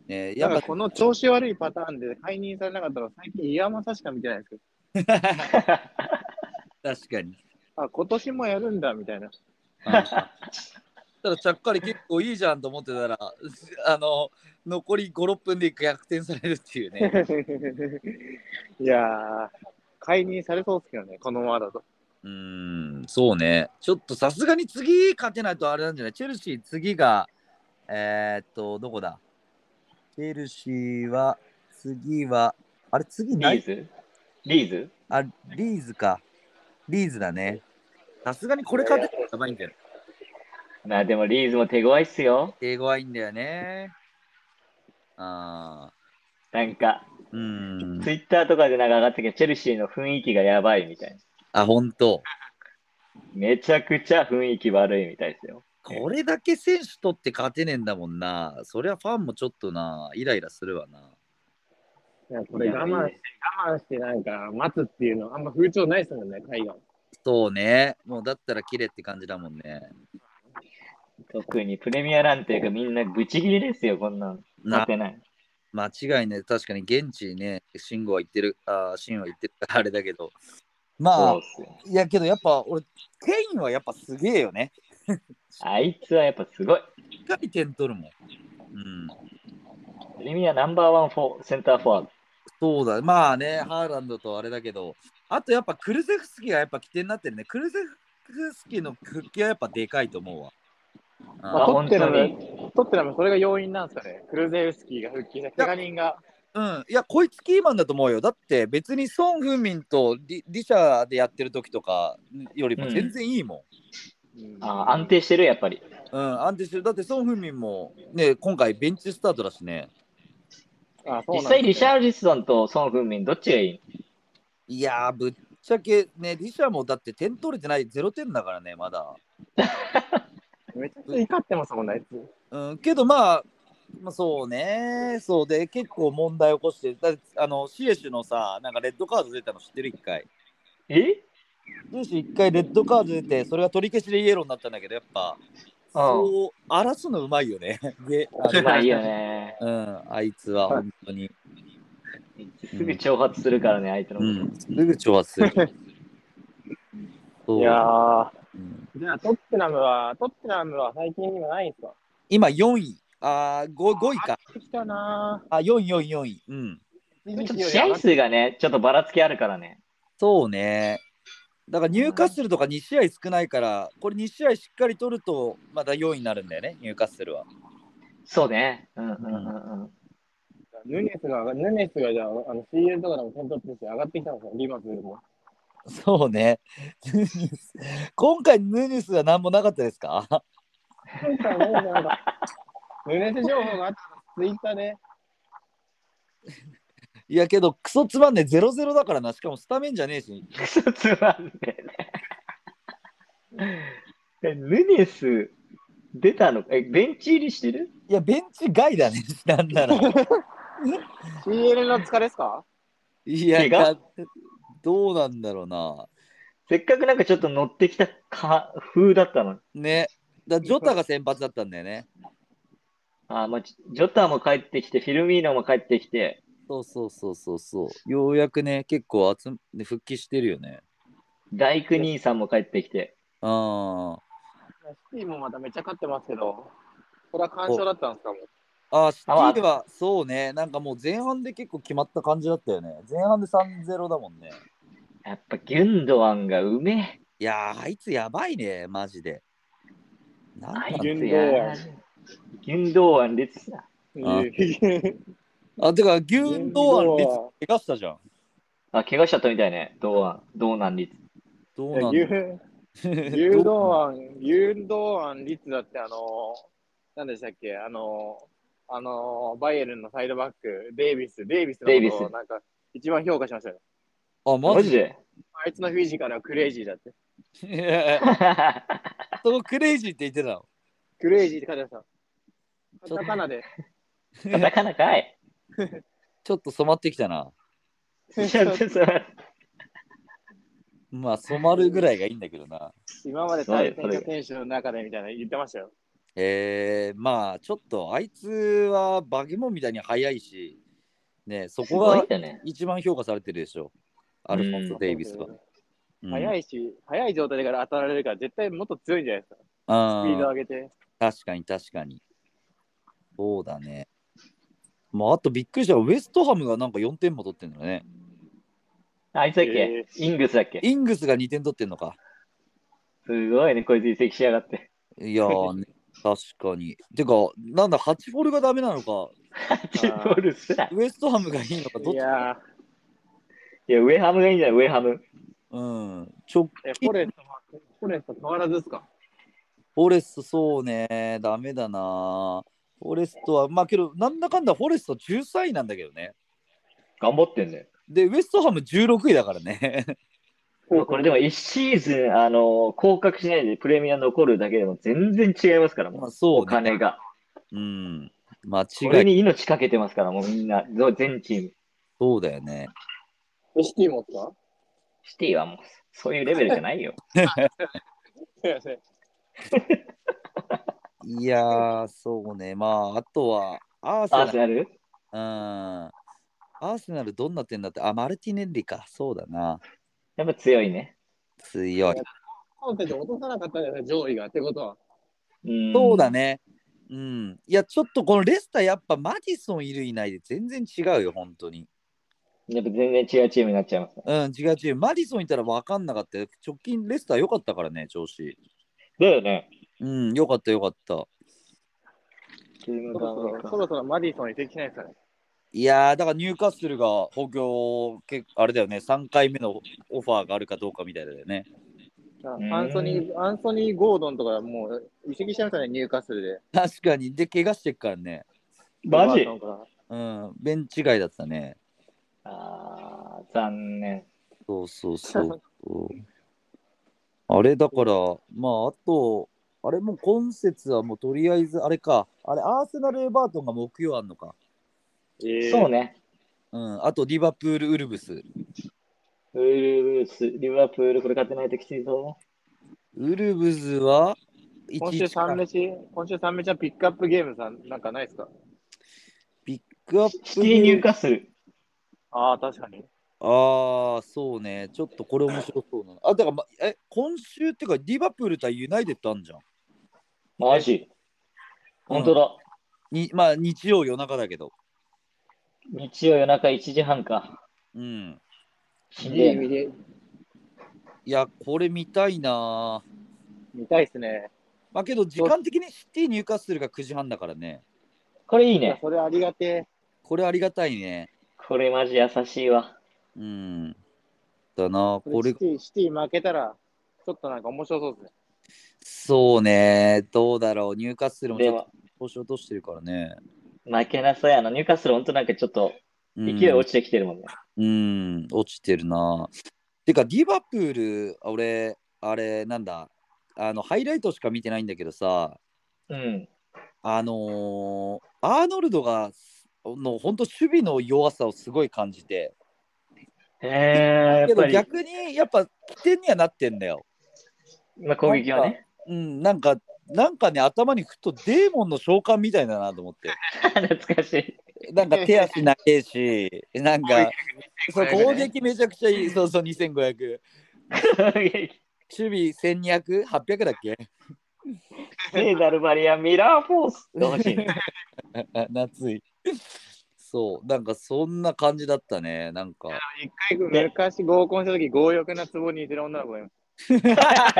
S2: ね、や
S1: やっ
S2: っ
S1: ぱ
S2: ぱ
S1: この調子悪いパターンで解任されなかったら、最近、岩政しか見てないですけど。
S2: 確かに。
S1: あ、今年もやるんだ、みたいな。
S2: うんただちゃっかり結構いいじゃんと思ってたら、あの、残り5、6分で逆転されるっていうね。
S1: いやー、解任されそうっすけどね、このままだと。
S2: うーん、そうね。ちょっとさすがに次勝てないとあれなんじゃないチェルシー次が、えー、っと、どこだチェルシーは、次は、あれ次
S5: リ
S2: ない
S5: ーズリーズ
S2: あ、リーズか。リーズだね。
S6: さすがにこれ勝てたらやばいんだよ。
S5: なあ、でもリーズも手強いっすよ。
S6: 手強いんだよね。あ
S5: なんか、
S6: あ。うん。
S5: ツイッターとかでなんか上がったけど、チェルシーの雰囲気がやばいみたいな。
S6: あ、本当。
S5: めちゃくちゃ雰囲気悪いみたいですよ。
S6: これだけ選手取って勝てねえんだもんな。そりゃファンもちょっとな、イライラするわな。
S4: いやこれ我慢して、我慢してなんか待つっていうの、あんま風潮ないですもんね、海外。
S6: そうね。もうだったら切れって感じだもんね。
S5: 特にプレミアなんていうかみんなブチギレですよ、こんなん。
S6: な
S5: 勝てない。
S6: 間違いね。確かに現地ね、慎吾は言ってる、あーシンは言ってる からあれだけど。
S2: ま
S5: そう
S2: あ
S5: っ、すよ。
S2: いやけどやっぱ俺、ケインはやっぱすげえよね。
S5: あいつはやっぱすごい。
S6: しっかり点取るもん。うん。
S5: プレミアナンバーワンフォーセンターフォワード。
S6: そうだ。まあね、ハーランドとあれだけど、あとやっぱクルゼフスキがやっぱ起点になってるね。クルゼフスキの復帰はやっぱでかいと思うわ。
S5: まあ
S6: あ
S5: 本当に。
S1: 取ってらそれが要因なんですかね。クルゼウスキーが復帰して、怪我人が。
S2: うん、いや、こいつキーマンだと思うよ。だって別にソン・フンミンとリリシャでやってる時とかよりも全然いいも
S5: あ安定してる、やっぱり。
S2: ん。うん、安定してる。だってソン・フンミンもね、今回ベンチスタートだしね。
S1: あそうなんで
S5: 実
S1: すね
S5: 際、リシャーリソンとソン・フンミン、どっちがいい
S2: いやー、ぶっちゃけね、リシャもだって点取れてない0点だからね、まだ。
S1: めちゃくちゃ怒ってますもんね、あいつ。
S2: うん、けどまあ、まあ、そうね、そうで、結構問題起こしてる、だってあのシエシュのさ、なんかレッドカード出たの知ってる、一回。
S5: え
S2: シエシュ一回レッドカード出て、それが取り消しでイエローになったんだけど、やっぱ、そう、荒らすのうまいよね。で、あ
S5: う
S2: の
S5: まいよね。
S2: うん、あいつは本当に。
S5: すぐ挑発するからね、相手の
S6: う
S5: こと。
S6: ん、すぐ調和する。そう
S1: いやー、
S6: うん
S4: じゃあ、トッテナムは、トッテナムは最近にもないんですか
S2: 今4位、あー 5, 5位か。
S4: 来てきたな
S2: あ、4位、4位、4位。うん。
S4: ぁ。
S5: ちょっと試合数がね、ちょっとばらつきあるからね。
S2: そうね。だから入荷するとか2試合少ないから、これ2試合しっかり取ると、まだ4位になるんだよね、入荷するは。
S5: そうね。うんうんうん うん。
S4: ヌネスが、ヌネスがじゃあ、あの CL とかでも点取ってるし、上がってきたんですよ、リバプールも。
S2: そうね。 ヌニス今回、ヌニスは何もなかったですか
S4: 今回ヌネスなんか、ヌネス情報があったら、ツイッターで、
S2: いやけど、クソつまんねえ、0-0だからな。しかもスタメンじゃねえし。
S5: クソつまんでね。えヌニエス、出たのえ、ベンチ入りしてる
S2: いや、ベンチ外だね、 なんなら。
S1: CL の疲れですか
S2: いや、
S5: 怪我
S2: だどうなんだろうな。
S5: せっかくなんかちょっと乗ってきたか風だったのに。
S2: ね。だジョタが先発だったんだよね。
S5: あーまあ、ジジョタも帰ってきて、フィルミーノも帰ってきて、
S2: そうそうそうそうそう。ようやくね、結構集めね復帰してるよね。
S5: 大工兄さんも帰ってきて。
S2: あ
S1: シティもまためっちゃ勝ってますけど、これは干渉だったんですかもう。
S2: あ。ああ、シテ
S5: あまあ
S2: ィでは、そうね。なんかもう前半で結構決まった感じだったよね。前半で3-0だもんね。
S5: やっぱギュンドアンがうめ
S2: いやー、あいつやばいね、マジで。なん
S5: え。あい
S2: なん
S5: つや。ギュンドアン出てた。
S2: あ
S1: 牛
S2: あ、てか、牛ドアン率
S1: は
S2: 怪我したじゃん。
S5: あ、怪我しちゃったみたいね。堂安、堂安率。
S2: どうなんだ
S1: 牛牛道案、牛道案率だって、あのー、なんでしたっけ、あのー、あのー、バイエルンのサイドバック、デイビス、デイビスの
S5: デイビ
S1: ことを
S5: ス
S1: なんか一番評価しましたよ。
S2: あ、
S5: マ
S2: マ
S5: ジ
S2: ジで
S5: で
S1: あいつのフィジカルはクレイジーだって。
S2: いやいや そこクレイジーって言ってたの。
S1: クレイジーって書いてました。
S2: ちょっと
S1: カタカナで。
S5: カタカナかい。
S2: ちょっと染まってきたな。
S5: ちょっとそれ
S2: まあ染まるぐらいがいいんだけどな。
S1: 今まで対戦した選手の中でみたいな言ってましたよ。
S2: えー、まあちょっとあいつはバケモンみたいに速いし、ね、そ
S5: す
S2: こ
S5: ごい
S2: が
S5: んだね。
S2: 一番評価されてるでしょ。アルフォンソ・デイビスは。うん
S1: 早いし、早い状態だから当たられるから、絶対もっと強いんじゃないですか。ス
S2: あ
S1: ピード
S2: ー
S1: 上げて。
S2: 確かに確かに。そうだね。まああとびっくりしたのはウエストハムがなんか4点も取ってんだよね。
S5: あいつだっけ、
S1: え
S5: イングスだっけ
S2: イングスが2点取ってんのか。
S5: すごいね、こいつ移籍しやがって。
S2: いやー、ね、確かに。てか、なんだ、8フォルがダメなのか、
S5: ジ ボールすら。
S2: ウエストハムがいいのか、どっち
S1: いやー
S5: いや、ウェハムがいいんじゃないウェハム。
S2: うん。直
S1: え、フォレストも、フ
S4: フォレスト変わらずですか
S2: フォレスト、そうね、ダメだな。フォレストは、まあけど、なんだかんだフォレスト13位なんだけどね。
S5: 頑張ってんね。
S2: で、ウエストハム16位だからね。
S5: まあこれでも1シーズン、あの、降格しないでプレミア残るだけでも全然違いますから、も
S2: ま
S5: う
S2: あそう、ね、
S5: お金が。
S2: うん。間
S5: これ
S2: 違い
S5: に命かけてますから、もうみんな、ぞ全チーム。
S2: そうだよね。
S1: えシティ持った
S5: シティはもう、そういうレベルじ ゃないよ。
S1: そうやね。
S2: いやー、そうね。まあ、あとは、アーセナ
S5: アー
S2: ル
S5: セ。ナル
S2: うん。アーセナルどんな点だって、あ、マルティネッリか。そうだな。
S5: やっぱ強いね。
S2: 強い。
S1: コンテンツ落とさなかったんじゃない上位がってことは。
S5: うん
S2: そうだ。ね。うん。いや、ちょっとこのレスター、やっぱマディソンいるいないで全然違うよ、本当に。
S5: やっぱ全然違うチームになっちゃいますね。
S2: うん、違う違う。マディソンいたら分かんなかったよ。直近レスター良かったからね、調子。
S5: だよね。
S2: うん、良かった良かった。
S5: チーム
S1: そ
S5: が
S1: ろそろそろそろマディソンにできないですかね。
S2: いやー、だからニューカッスルが補強、けあれだよね、3回目のオファーがあるかどうかみたいだよね。
S5: うん
S1: アンソニー、アンソニー・ゴードンとかもう移籍しちゃいましたね、入荷するで。
S2: 確かに。で、怪我してっからね。
S5: マジ
S1: ロバートンから
S2: うん、ベンチ外だったね。
S5: あー残念。
S2: そうそうそうそう。あれだから、まあ、あと、あれもう今節はもうとりあえず、あれか、あれ、アーセナル・エバートンが木曜あんのか。
S5: そうね。
S2: うん、あとリバプール・ウルブス。
S5: ウルブス、リバプール、これ勝てないときついぞ。
S2: ウルブズは
S1: 今週
S2: 1
S1: 三
S2: から
S1: 飯、今週三飯はピックアップゲームさん、なんかないですか
S2: ピックアップ。
S5: シティ入荷する。
S1: ああ、確かに。
S2: ああ、そうね。ちょっとこれ面白そうなの。あ、だから、ま、え、今週っていうか、リバプール対ユナイテッドあんじゃん。
S5: マジ。本当だ。
S2: にまあ、日曜夜中だけど。
S5: 日曜夜中1時半か。
S2: うん。
S5: 死ん
S1: いい
S5: で
S1: 意
S5: え
S1: 味
S5: な
S1: で
S2: いや、これ見たいなぁ
S1: 見たいですね。
S2: まあ、けど、時間的にシティ入荷するが9時半だからね。
S5: これいい
S1: いや、
S5: ね。
S1: それありがて
S2: これありがたいね。
S5: これマジ優しいわ。
S2: うん。だなぁ
S1: え。
S2: これ
S1: シ、ティ、シティ負けたら、ちょっとなんか面白そうですね。
S2: そうね。どうだろう。入荷するもち
S5: で
S2: ょっ
S5: も、
S2: と調子落としてるからね。
S5: 負けなさい。あの、入荷する、本当なんかちょっと、
S2: うん
S5: 勢い落ちてきてるもんね。
S2: うん、落ちてるな。てか、リバプール、俺、あれ、なんだ、あの、ハイライトしか見てないんだけどさ、
S5: うん。
S2: あのーアーノルドが、の、本当守備の弱さをすごい感じて、
S5: えー、や
S2: け
S5: っぱ
S2: ど
S5: り、
S2: 逆に、やっぱ、起点にはなってんだよ。
S5: まあ、攻撃はね。
S2: うん、なんか、なんかね、頭にふとデーモンの召喚みたいだなと思って。
S5: 懐かしい。
S2: なんか手足長いし、なんか、そう攻撃めちゃくちゃいい、そうそう、2500。守備1200、800だっけ
S5: セーダルバリア、ミラーフォースって欲しいね。
S2: 夏い。そう、なんかそんな感じだったね、なんか。
S1: 一回、昔合コンした時、強欲な壺に似てる女の子がいま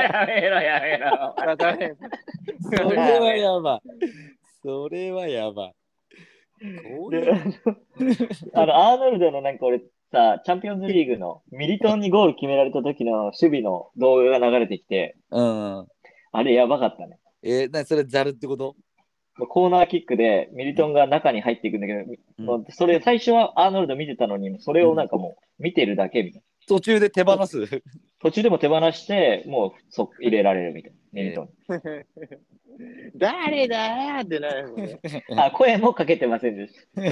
S5: やめろ、やめろ。
S1: す。あ大変
S2: それはやばい。それはやばい。こうい
S5: で
S2: う
S5: あの、アーノルドのなんか俺さ、チャンピオンズリーグのミリトンにゴール決められた時の守備の動画が流れてきて、
S2: うん。
S5: あれやばかったね。
S2: えー、なそれザルってこと
S5: もうコーナーキックでミリトンが中に入っていくんだけど、
S2: うん
S5: もうそれ最初はアーノルド見てたのに、それをなんかもう見てるだけみたいな。
S2: 途中で手放す。
S5: 途中でも手放して、もうそ入れられるみたいな。ミリトン。
S1: 誰だーってなるもんね。
S5: あ、声もかけてませんでした。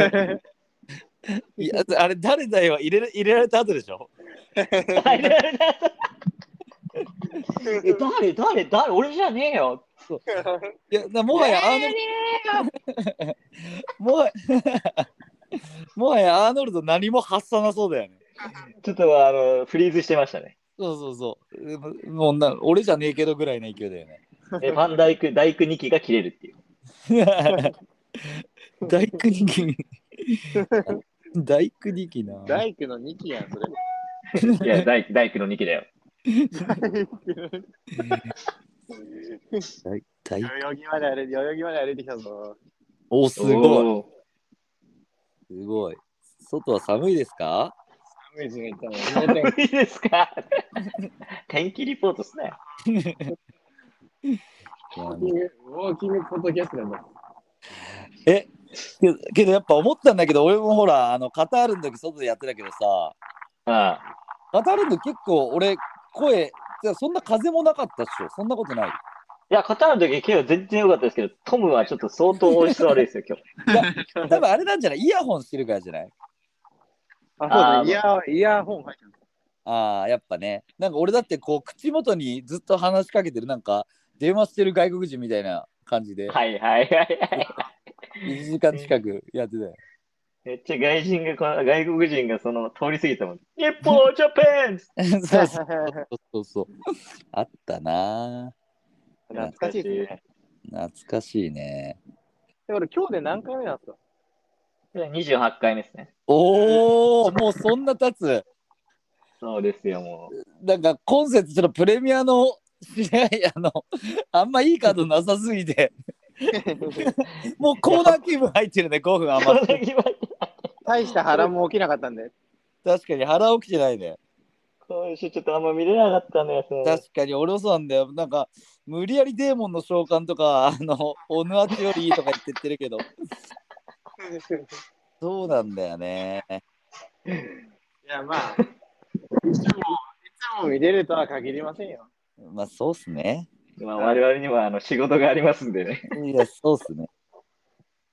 S2: いやあれ、誰だよ入れる入れられた後でしょ
S5: 入れられなかったえ誰誰誰俺じゃねえよ。
S2: いやなもはやアーノルド。 もはやもはやアーノルド何も発さなそうだよね。
S5: ちょっとあのフリーズしてました ね。
S2: そうそうそう。もうな俺じゃねえけどぐらいの勢いだよね。
S5: えファンダイク、ダイク2機が切れるっていう。
S2: 大工力大工力な。
S1: 大工の2期やん、それ。
S5: いや、ダイク、ダイクの2機だよ。
S2: 大
S1: 代々木まで歩いて、代々木まで歩いてきたぞ。
S2: お、すごい。
S5: おー
S2: すごい。外は寒いですか
S4: 寒いしめっちゃもう
S5: 無理ですか天気リポートっすね。
S4: ウォーキング、ウォーキングポッドキャストなんだ。
S2: けどけどやっぱ思ったんだけど俺もほらあのカタールの時外でやってたけどさ
S5: あ
S2: カタールの時結構俺声じゃあそんな風もなかったっしょそんな ことない
S5: いや、カタールの時、今日全然良かったですけど、トムはちょっと相当音質悪いですよ、今日。
S2: 多分あれなんじゃないイヤホンしてるからじゃない
S1: あ、そう
S5: あ
S1: です
S5: ー
S1: ね。イヤー、イヤーホン入ってる。
S2: ああやっぱねなんか俺だってこう口元にずっと話しかけてるなんか電話してる外国人みたいな感じで
S5: はいはいはいはい。
S2: 1時間近くやってたよ
S5: めっちゃ外人が、この外国人がその通り過ぎたもん。日本、ジャパン
S2: そうそうそうそうあったな
S1: 懐かしいですね。
S2: 懐かしいね
S1: で、俺、今日で何回目なんですか
S5: 28回目ですね。
S2: おおもうそんな経つ
S5: そうですよ、もう。
S2: なんか今節ちょっとプレミアの試合あの あんまいいカードなさすぎ てもうコーナー気分入ってるね5分
S5: こん
S2: 余
S5: な
S2: って
S5: 決まり
S1: 大した波乱も起きなかったんで。
S2: 確かに腹起きてないね
S5: 今週ちょっとあんま見れなかったんだよ、その
S2: 確かに俺もそうなんだよなんか無理やりデーモンの召喚とかあのオヌアチよりいいとか言ってってる けどそうなんだよね
S1: いや、ま あ、いつも、いつも見れるとは限りませんよ。
S2: まあそうっすね
S5: まあ、我々にはあの仕事がありますんでね。
S2: いやそうっすね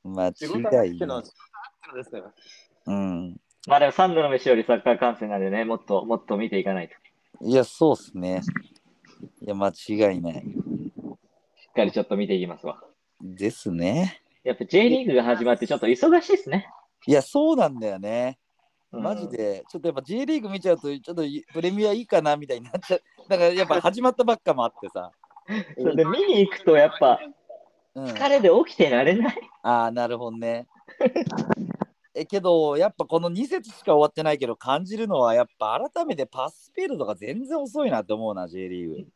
S2: まあ違
S1: 仕事あって
S2: いよ
S1: の、仕事あってのですから。
S2: うん
S5: まあでも、サンドの飯よりサッカー観戦なんでね、もっともっと見ていかないと。
S2: いやそうっすねいや間違いない
S5: しっかりちょっと見ていきますわ。
S2: ですね
S5: やっぱ J リーグが始まってちょっと忙しいですね。
S2: いやそうなんだよね
S5: うん
S2: マジ。で、ちょっとやっぱ J リーグ見ちゃうと、ちょっとプレミアいいかなみたいになっちゃう。 だからやっぱ始まったばっかもあってさ。
S5: それで見に行くとやっぱ
S2: うん、
S5: 疲れで起きてられない。
S2: ああ、なるほどね。えけど、やっぱこの2節しか終わってないけど、感じるのは、やっぱ改めてパススピードとか全然遅いなって思うな、J リーグ。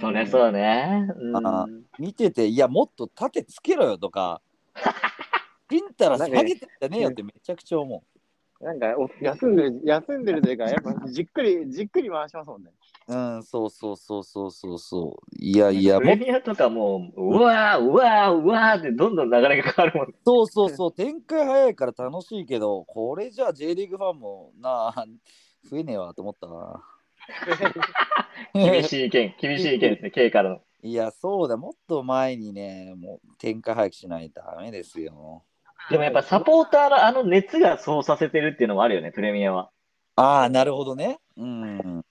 S5: そりゃそうね。うん
S2: あ見てて、いや、もっと縦つけろよとか、ピンたら下げてんじゃねえよってめちゃくちゃ思
S1: なんか、お休んでる、休んでるというか、やっぱ、じっくり、じっくり回しますもんね。
S2: う。うん、そうそうそうそうそうそう。いやいや、
S5: プレミアとかもう、うわー、うわー、うわーってどんどん流れが変わるもん。
S2: そうそうそう、展開早いから楽しいけど、これじゃあ J リーグファンもなあ、増えねえわと思ったな。
S5: 厳しい意見、厳しい意見ですね、K からの。
S2: いや、そうだ、もっと前にね、もう展開早くしないとダメですよ。
S5: でもやっぱサポーターのあの熱がそうさせてるっていうのもあるよね、プレミアは。
S2: ああ、なるほどね。うん。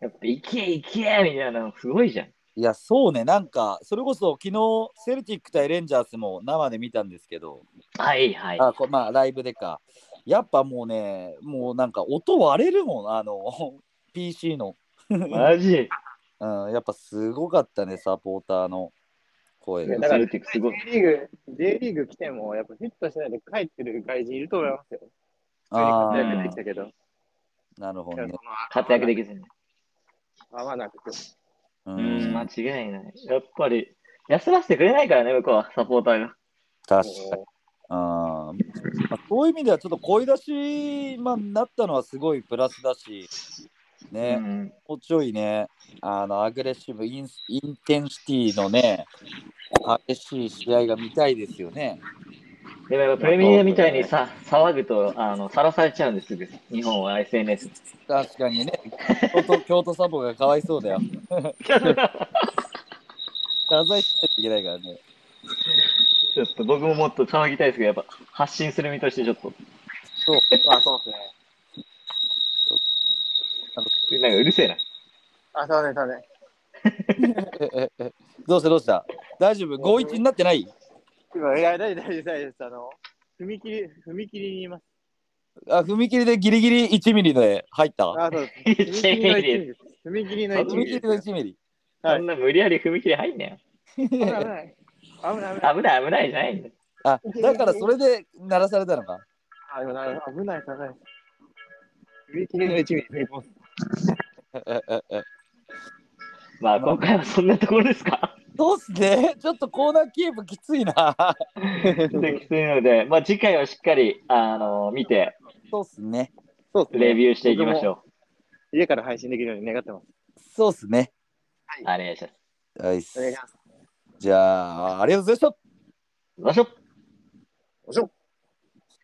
S5: やっぱ、行け行けみたいなのすごいじゃん。
S2: いや、そうね、なんか、それこそ昨日、セルティック対レンジャーズも生で見たんですけど、
S5: はいはい。
S2: あこまあ、ライブでか。やっぱもうね、もうなんか音割れるもん、あの、PC の。
S5: マジ。
S2: うん、やっぱすごかったね、サポーターの声が。
S5: だから、すごい。
S1: J リーグ、J リーグ来ても、やっぱフィットしないで帰ってる外人いると思いますよ。
S2: あ
S1: 普通に活躍で
S2: ー
S1: きたけど。
S2: なるほどね。
S5: 活躍で
S1: き
S5: きずに。
S1: 合わなくて。
S2: う
S5: うん、
S2: ん
S5: 間、違いない。やっぱり、休ませてくれないからね、向こうは、サポーターが。
S2: 確かに。あーまあ、そういう意味ではちょっと声出し、まあ、なったのはすごいプラスだし、ね、
S5: うん、
S2: もうちょいね、あのアグレッシブインス、インテンシティのね、激しい試合が見たいですよね。
S5: でもやっぱプレミアみたいにさ、騒ぐと、あの、さらされちゃうんですよ、日本は SNS。
S2: 確かにね、京都 京都サポがかわいそうだよ。謝罪しないといけないからね。
S5: ちょっと僕ももっと騒ぎたいですけど、やっぱ発信する身としてちょっと、
S1: あ、そうですね。
S5: なんかうるせえな。
S1: あ、そうね、そうね。
S2: えええどうしたどうした大丈夫 ?5-1 になってない
S1: 今、いや、大丈夫、大丈夫、大丈夫です。あの、踏切、踏切にいます。
S2: あ踏切でギリギリ1ミリで入った
S1: あ、そう
S5: い
S1: です。踏切の一ミリです。踏切の一
S2: 踏
S1: ミリ
S2: 切
S1: です
S2: の1ミリ。
S5: そんな無理やり踏切入んなよ。
S1: 危ない、危ない。危ない、危ない。
S5: 危ない危ないじゃないんだよ。
S2: あだからそれで鳴らされたのか。
S1: あ、今、なる危ない、危ない。踏切の一ミリ踏み込む
S2: えええ
S5: まあ今回はそんなところですか。
S2: どうっすねちょっとコーナーキープきついな。
S5: できついので、まあ次回はしっかり、あの見て、
S2: そうっすね。
S4: そうですね。
S5: レビューしていきましょ
S4: う。家から配信できるように願ってます。
S2: そうっすね。
S5: う。お願いします。
S2: はいっす
S4: お願いします。
S2: じゃあ、ありがとうございました。
S5: 行きましょう。
S4: おしょ。